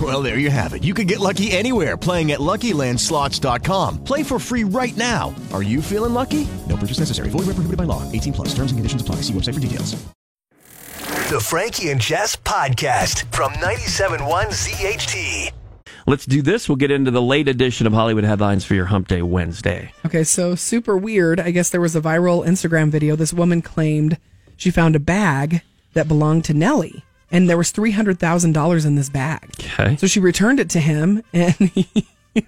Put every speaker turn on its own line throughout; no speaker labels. Well, there you have it. You can get lucky anywhere playing at LuckyLandSlots.com. Play for free right now. Are you feeling lucky? No purchase necessary. Void where prohibited by law. 18 plus. Terms and conditions apply. See website for details.
The Frankie and Jess Podcast from 97.1 ZHT.
Let's do this. We'll get into the late edition of Hollywood Headlines for your Hump Day Wednesday.
Okay, so super weird. I guess there was a viral Instagram video. This woman claimed she found a bag that belonged to Nelly, and there was three hundred thousand dollars in this bag.
Okay.
So she returned it to him, and he,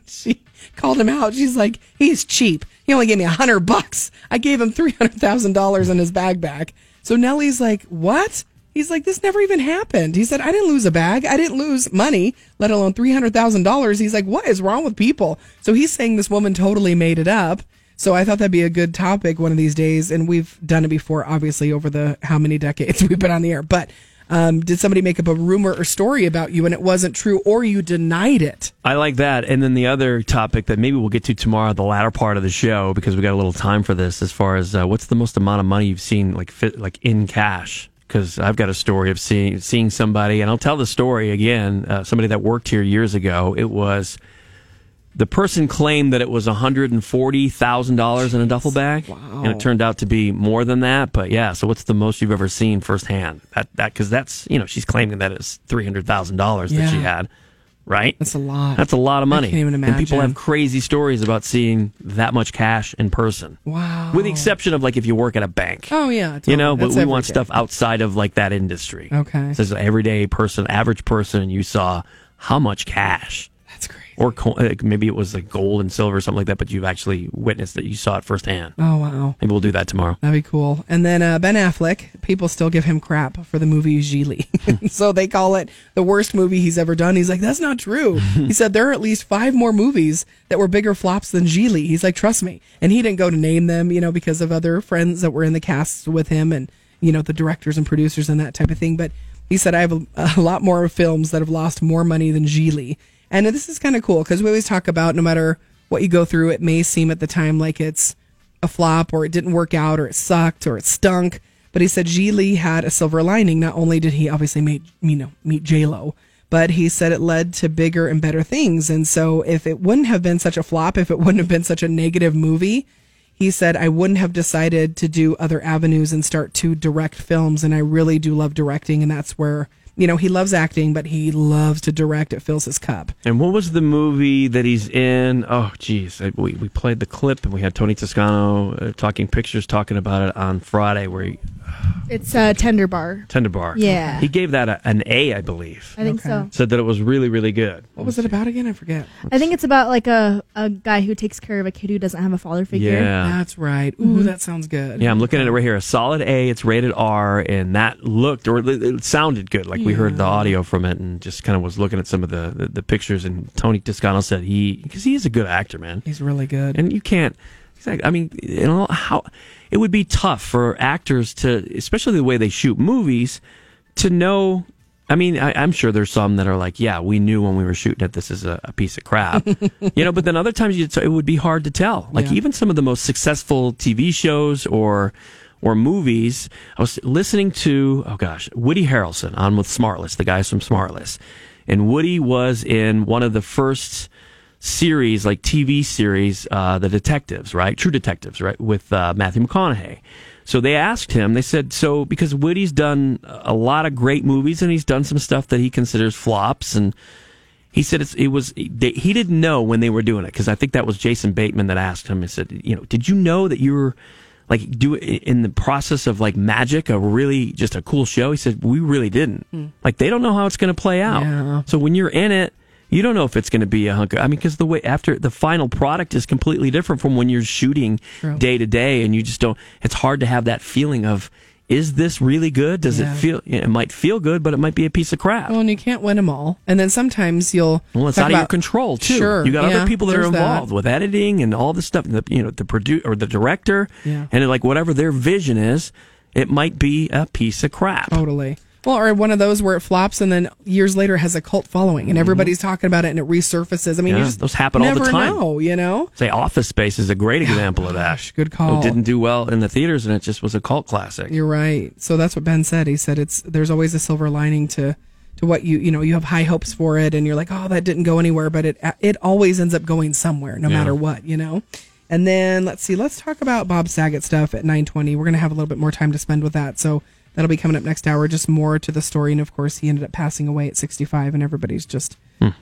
she called him out. She's like, "He's cheap. He only gave me a hundred bucks. I gave him three hundred thousand dollars in his bag back." So Nelly's like, "What?" He's like, "This never even happened." He said, "I didn't lose a bag. I didn't lose money, let alone three hundred thousand dollars." He's like, "What is wrong with people?" So he's saying this woman totally made it up. So I thought that'd be a good topic one of these days, and we've done it before, obviously, over the how many decades we've been on the air, but um, did somebody make up a rumor or story about you and it wasn't true or you denied it?
I like that. And then the other topic that maybe we'll get to tomorrow, the latter part of the show, because we got a little time for this. As far as uh, what's the most amount of money you've seen, like fit, like in cash? Because I've got a story of seeing seeing somebody, and I'll tell the story again. Uh, somebody that worked here years ago. It was the person claimed that it was one hundred and forty thousand dollars in a duffel bag, and it turned out to be more than that. But yeah, so what's the most you've ever seen firsthand? That that because that's you know she's claiming that it's three hundred thousand dollars that she
Yeah.
had, right?
That's a lot.
That's a lot of
I
money.
can't even
And people
imagine.
have crazy stories about seeing that much cash in person.
Wow.
With the exception of like if you work at a bank.
Oh, yeah,
You know,
totally.
but
That's
we
every
want
day.
stuff outside of like that industry.
Okay.
So it's an everyday person, average person, and you saw how much cash
That's crazy.
or co- like, maybe it was like gold and silver or something like that, but you've actually witnessed it. You saw it firsthand.
Oh, wow.
Maybe we'll do that tomorrow.
That'd be cool. And then uh, Ben Affleck, people still give him crap for the movie Gigli. so they call it the worst movie he's ever done. He's like, that's not true. he said, there are at least five more movies that were bigger flops than Gigli. He's like, trust me. And he didn't go to name them, you know, because of other friends that were in the cast with him and, you know, the directors and producers and that type of thing. But he said, I have a, a lot more films that have lost more money than Gigli. And this is kind of cool because we always talk about no matter what you go through, it may seem at the time like it's, a flop or it didn't work out or it sucked or it stunk. But he said G. Lee had a silver lining. Not only did he obviously meet you know meet J Lo, but he said it led to bigger and better things. And so if it wouldn't have been such a flop, if it wouldn't have been such a negative movie, he said I wouldn't have decided to do other avenues and start to direct films. And I really do love directing, and that's where you know he loves acting, but he loves to direct. It fills his cup.
And what was the movie that he's in? Oh, geez, I, we we played the clip and we had Tony Toscano uh, talking pictures talking about it on Friday where he,
It's a tender bar.
Tender Bar.
Yeah.
he gave that a, an A, I believe.
I think so.
Said that it was really really good.
What was it about again? I forget.
I think it's about like a, a guy who takes care of a kid who doesn't have a father figure.
Yeah.
That's right. Ooh, that sounds good.
Yeah, I'm looking at it right here. A solid A. It's rated R, and that looked or it- it sounded good. Like we heard the audio from it, and just kind of was looking at some of the, the, the pictures. And Tony Toscano said he because he is a good actor, man.
He's really good.
and you can't. Exactly. I mean, you know how it would be tough for actors to, especially the way they shoot movies, to know. I mean, I, I'm sure there's some that are like, yeah, we knew when we were shooting it, this is a, a piece of crap, you know. But then other times, you, it would be hard to tell. Like
Yeah.
even some of the most successful TV shows or or movies. I was listening to oh gosh, Woody Harrelson on with Smartless, the guys from Smartless, and Woody was in one of the first series, like TV series, uh, The Detectives, right? True Detectives, right? With uh, Matthew McConaughey. So they asked him, they said, so because Woody's done a lot of great movies and he's done some stuff that he considers flops and he said it's, it was they, he didn't know when they were doing it because I think that was Jason Bateman that asked him and said, you know, did you know that you were like do in the process of like magic a really just a cool show? He said we really didn't. Like they don't know how it's going to play out.
Yeah.
So when you're in it, you don't know if it's going to be a hunk. Of, I mean, because the way after the final product is completely different from when you're shooting day to day, and you just don't. It's hard to have that feeling of. Is this really good? Does
Yeah.
it feel? It might feel good, but it might be a piece of crap.
Well, and you can't win them all. And then sometimes you'll.
Well, it's
talk
out of your
about-
control too.
Sure,
you got
yeah,
other people that are
there's
involved
That.
with editing and all this stuff. The, you know, the produ- or the director,
Yeah.
and like whatever their vision is, It might be a piece of crap.
Totally. Well, or one of those where it flops and then years later has a cult following and everybody's talking about it and it resurfaces. I mean, you
Mm-hmm. Yeah,
just
those happen all the
never
time.
Know, you know?
Say Office Space is a great example of that.
gosh, good call.
It didn't do well in the theaters and it just was a cult classic.
You're right. So that's what Ben said. He said it's there's always a silver lining to to what you you know you have high hopes for it and you're like oh that didn't go anywhere but it it always ends up going somewhere no
Yeah.
matter what you know. And then let's see, let's talk about Bob Saget stuff at 9:20. We're gonna have a little bit more time to spend with that, so that'll be coming up next hour. Just more to the story, and of course he ended up passing away at 65, and everybody's just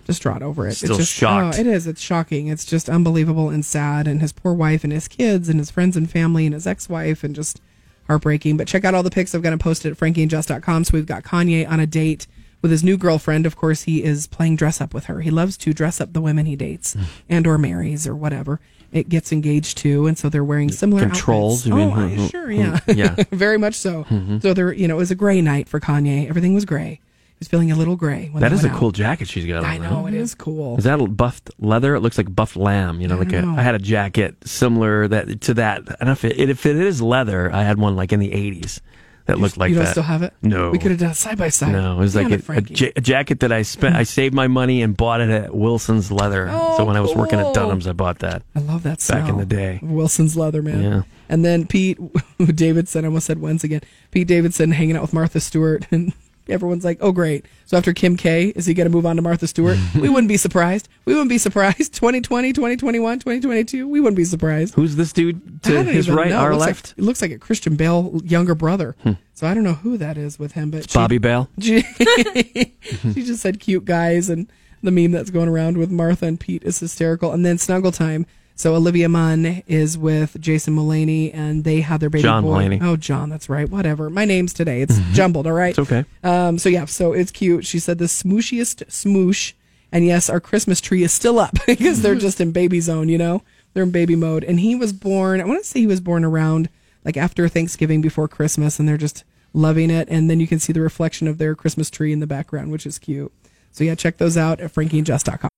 distraught over it.
Hmm. Still
it's just,
shocked.
Oh, it is. It's shocking. It's just unbelievable and sad. And his poor wife and his kids and his friends and family and his ex-wife and just heartbreaking. But check out all the pics I've got to post it at frankieandjust.com. So we've got Kanye on a date with his new girlfriend. Of course, he is playing dress up with her. He loves to dress up the women he dates
Hmm.
and or marries or whatever it gets engaged to. And so they're wearing similar
Controls, you
Outfits.
mean?
oh, I-
Hmm,
sure,
hmm,
yeah,
yeah. Mm-hmm.
very much so. So there, you know, it was a gray night for Kanye. Everything was gray. He was feeling a little gray. When
That
they
is a
went
cool
out.
jacket she's got on.
I
though.
know it is cool.
Is that a buffed leather? It looks like buffed lamb. You know, like a,
know.
I had a jacket similar that to that. I don't know if it, if it is leather. I had one like in the '80s that looked like
you don't
that.
still have it?
No,
we could have done it side by side.
No, it was
Damn
like a- a,
Frankie.
ja- a jacket that I spent. I saved my money and bought it at Wilson's Leather. so when I was working at
Oh, cool.
Dunham's, I bought that.
I love that smell.
Back in the day.
Wilson's leather, man.
Yeah.
And then Pete Davidson, I almost said once again, Pete Davidson hanging out with Martha Stewart and everyone's like, oh, great. So after Kim K, is he going to move on to Martha Stewart? we wouldn't be surprised. We wouldn't be surprised. 2020, 2021, 2022, we wouldn't be surprised.
Who's this dude
I
to
don't
his
even
right,
know.
our
It looks
left? Hmm.
Like, it looks like a Christian Bale younger brother. So I don't know who that is with him, but she-
Bobby Bale.
she, she just said cute guys and the meme that's going around with Martha and Pete is hysterical. And then snuggle time. So Olivia Munn is with Jason Mulaney and they have their baby
John
boy.
Mulaney. Mm-hmm.
Oh, John, that's right. Whatever. My name's today. It's jumbled. All right.
It's okay.
Um, so yeah, so it's cute. She said the smooshiest smoosh. And yes, our Christmas tree is still up because they're just in baby zone, you know? They're in baby mode. And he was born, I want to say he was born around like after Thanksgiving, before Christmas, and they're just loving it. And then you can see the reflection of their Christmas tree in the background, which is cute. So yeah, check those out at frankieandjust.com.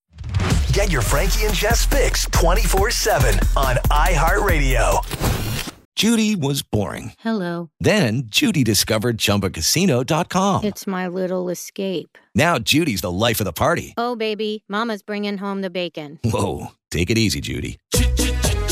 Get your Frankie and Jess fix 24 7 on iHeartRadio.
Judy was boring.
Hello,
Then Judy discovered ChumbaCasino.com.
it's my little escape.
Now Judy's the life of the party.
Oh, baby, Mama's bringing home the bacon.
Whoa, take it easy, Judy.